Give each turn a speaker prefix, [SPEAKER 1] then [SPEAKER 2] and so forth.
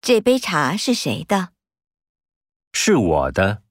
[SPEAKER 1] 这杯茶是谁的？
[SPEAKER 2] 是我的。